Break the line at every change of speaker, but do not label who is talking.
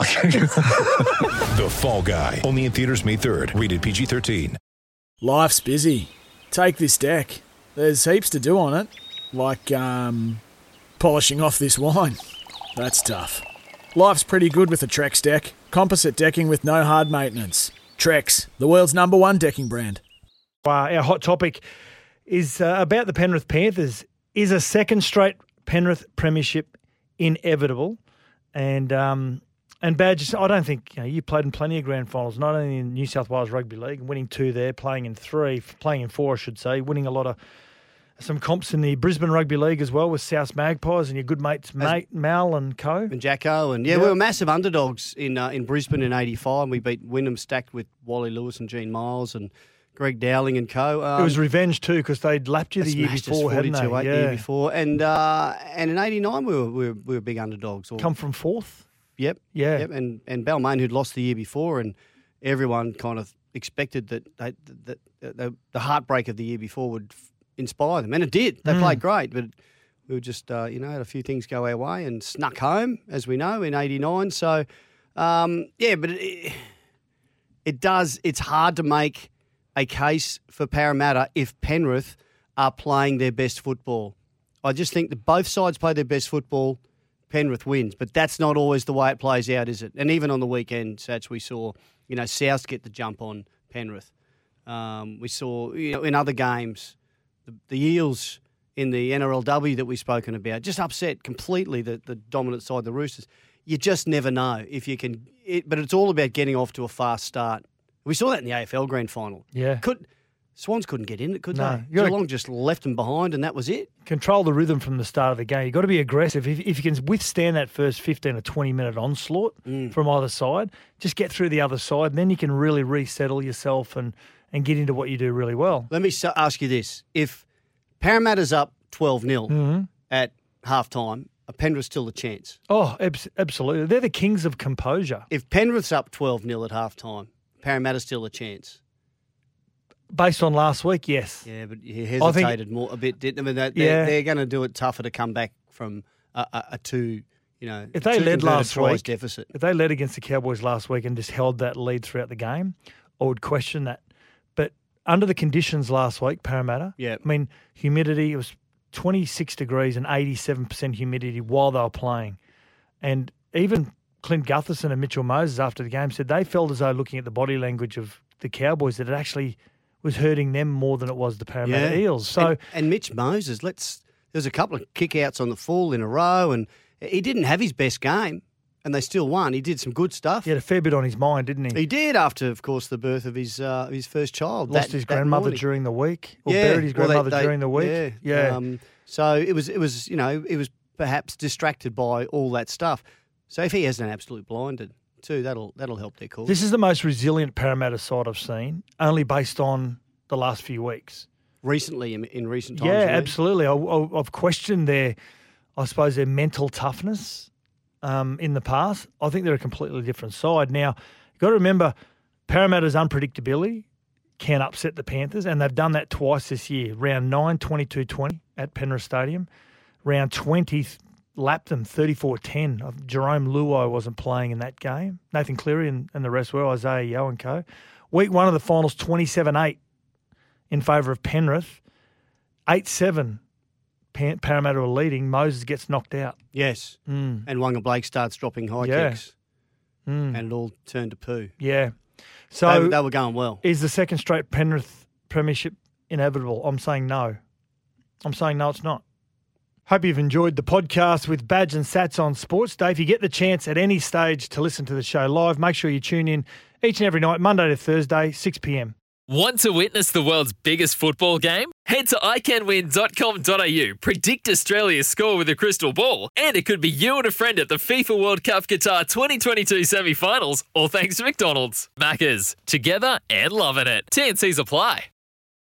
The Fall Guy. Only in theaters May 3rd. Rated PG-13.
Life's busy. Take this deck. There's heaps to do on it, like um, polishing off this wine. That's tough. Life's pretty good with a Trex deck. Composite decking with no hard maintenance. Trex, the world's number one decking brand.
Uh, our hot topic is uh, about the Penrith Panthers. Is a second straight Penrith premiership inevitable? And um, and Badge, I don't think you, know, you played in plenty of grand finals, not only in New South Wales Rugby League, winning two there, playing in three, playing in four, I should say, winning a lot of some comps in the Brisbane Rugby League as well with South Magpies and your good mates mate, Mal and co.
and Jacko, and yeah, we were massive underdogs in uh, in Brisbane in '85, and we beat Wyndham stacked with Wally Lewis and Gene Miles and Greg Dowling and co. Um,
It was revenge too because they'd lapped you the year
smashed us
before, hadn't they?
42-8 the year before, and uh, and in '89 we were, we were we were big underdogs. Or,
Come from fourth.
yep,
yeah.
yep, and and Balmain who'd lost the year before, and everyone kind of expected that they, that, that the, the heartbreak of the year before would f- inspire them, and it did. They played great, but. We were just, uh, you know, had a few things go our way and snuck home, as we know, in '89. So, um, yeah, but it, it does. It's hard to make a case for Parramatta if Penrith are playing their best football. I just think that both sides play their best football. Penrith wins, but that's not always the way it plays out, is it? And even on the weekend, Sats, we saw you know South get the jump on Penrith. Um, we saw you know in other games the, the Eels in the NRLW that we've spoken about just upset completely the, the dominant side, the Roosters. You just never know if you can. It, but it's all about getting off to a fast start. We saw that in the AFL Grand Final.
Yeah.
could Swans couldn't get in it, could
No.
they?
You gotta-
Geelong just left them behind, and that was it.
control the rhythm from the start of the game. You've got to be aggressive. If, if you can withstand that first 15 or 20 minute onslaught from either side, just get through the other side, and then you can really resettle yourself and, and get into what you do really well.
Let me so- ask you this: If Parramatta's up twelve 0
Mm-hmm.
at half time, are Penrith still a chance?
Oh, abs- absolutely. They're the kings of composure
If Penrith's up twelve 0 at half time, Parramatta's still a chance.
based on last week, yes.
Yeah, but he hesitated more a bit, didn't? I mean, they, they-
Yeah.
they're going to do it tougher to come back from a, a, a two, you know,
If they
two
led
converted
last
tries
week-
deficit.
If they led against the Cowboys last week and just held that lead throughout the game, I would question that. But under the conditions last week, Parramatta,
Yep.
I mean, humidity, it was 26 degrees and 87% humidity while they were playing. And even Clint Gutherson and Mitchell Moses after the game said they felt as though looking at the body language of the Cowboys that it actually was hurting them more than it was the Parramatta Eels. So
and, and Mitch Moses, let's. There's a couple of kickouts on the full in a row, and he didn't have his best game, and they still won. He did some good stuff.
he had a fair bit on his mind, didn't he?
He did after, of course, the birth of his uh, his first child.
Lost
that-
his
that
grandmother
morning.
during the week, or
Yeah,
buried his
well, they-
grandmother
they-
during the week.
Yeah, Um, so it was it was you know it was perhaps distracted by all that stuff. So if he has an absolute blinded too, that'll that'll help their cause.
This is the most resilient Parramatta side I've seen, only based on the last few weeks.
recently in, in recent times.
yeah,
you mean?
absolutely. I, I, I've questioned their, I suppose, their mental toughness um, in the past. I think they're a completely different side. Now, you've got to remember Parramatta's unpredictability can upset the Panthers, and they've done that twice this year. Round 9, 22 20 at Penrith Stadium. Round 20, th- lapped them 34 10. Jerome Luai wasn't playing in that game. Nathan Cleary and, and the rest were, Isaiah Yo and co. Week one of the finals, 27 8 in favour of Penrith. 8 7. Pan- Parramatta are leading. Moses gets knocked out.
Yes, and Wanga Blake starts dropping high
Hmm. Yeah. Hmm.
kicks, and it all turned to poo.
Yeah. So
They, they were going well.
Is the second straight Penrith premiership inevitable? I'm saying no. I'm saying no, it's not. Hope you've enjoyed the podcast with Badge and Sats on Sports Day. If you get the chance at any stage to listen to the show live, make sure you tune in each and every night, Monday to Thursday, 6 p.m.
Want to witness the world's biggest football game? Head to iCanWin.com.au, predict Australia's score with a crystal ball, and it could be you and a friend at the FIFA World Cup Qatar 2022 semi finals, all thanks to McDonald's. Maccas, together and loving it. TNCs apply.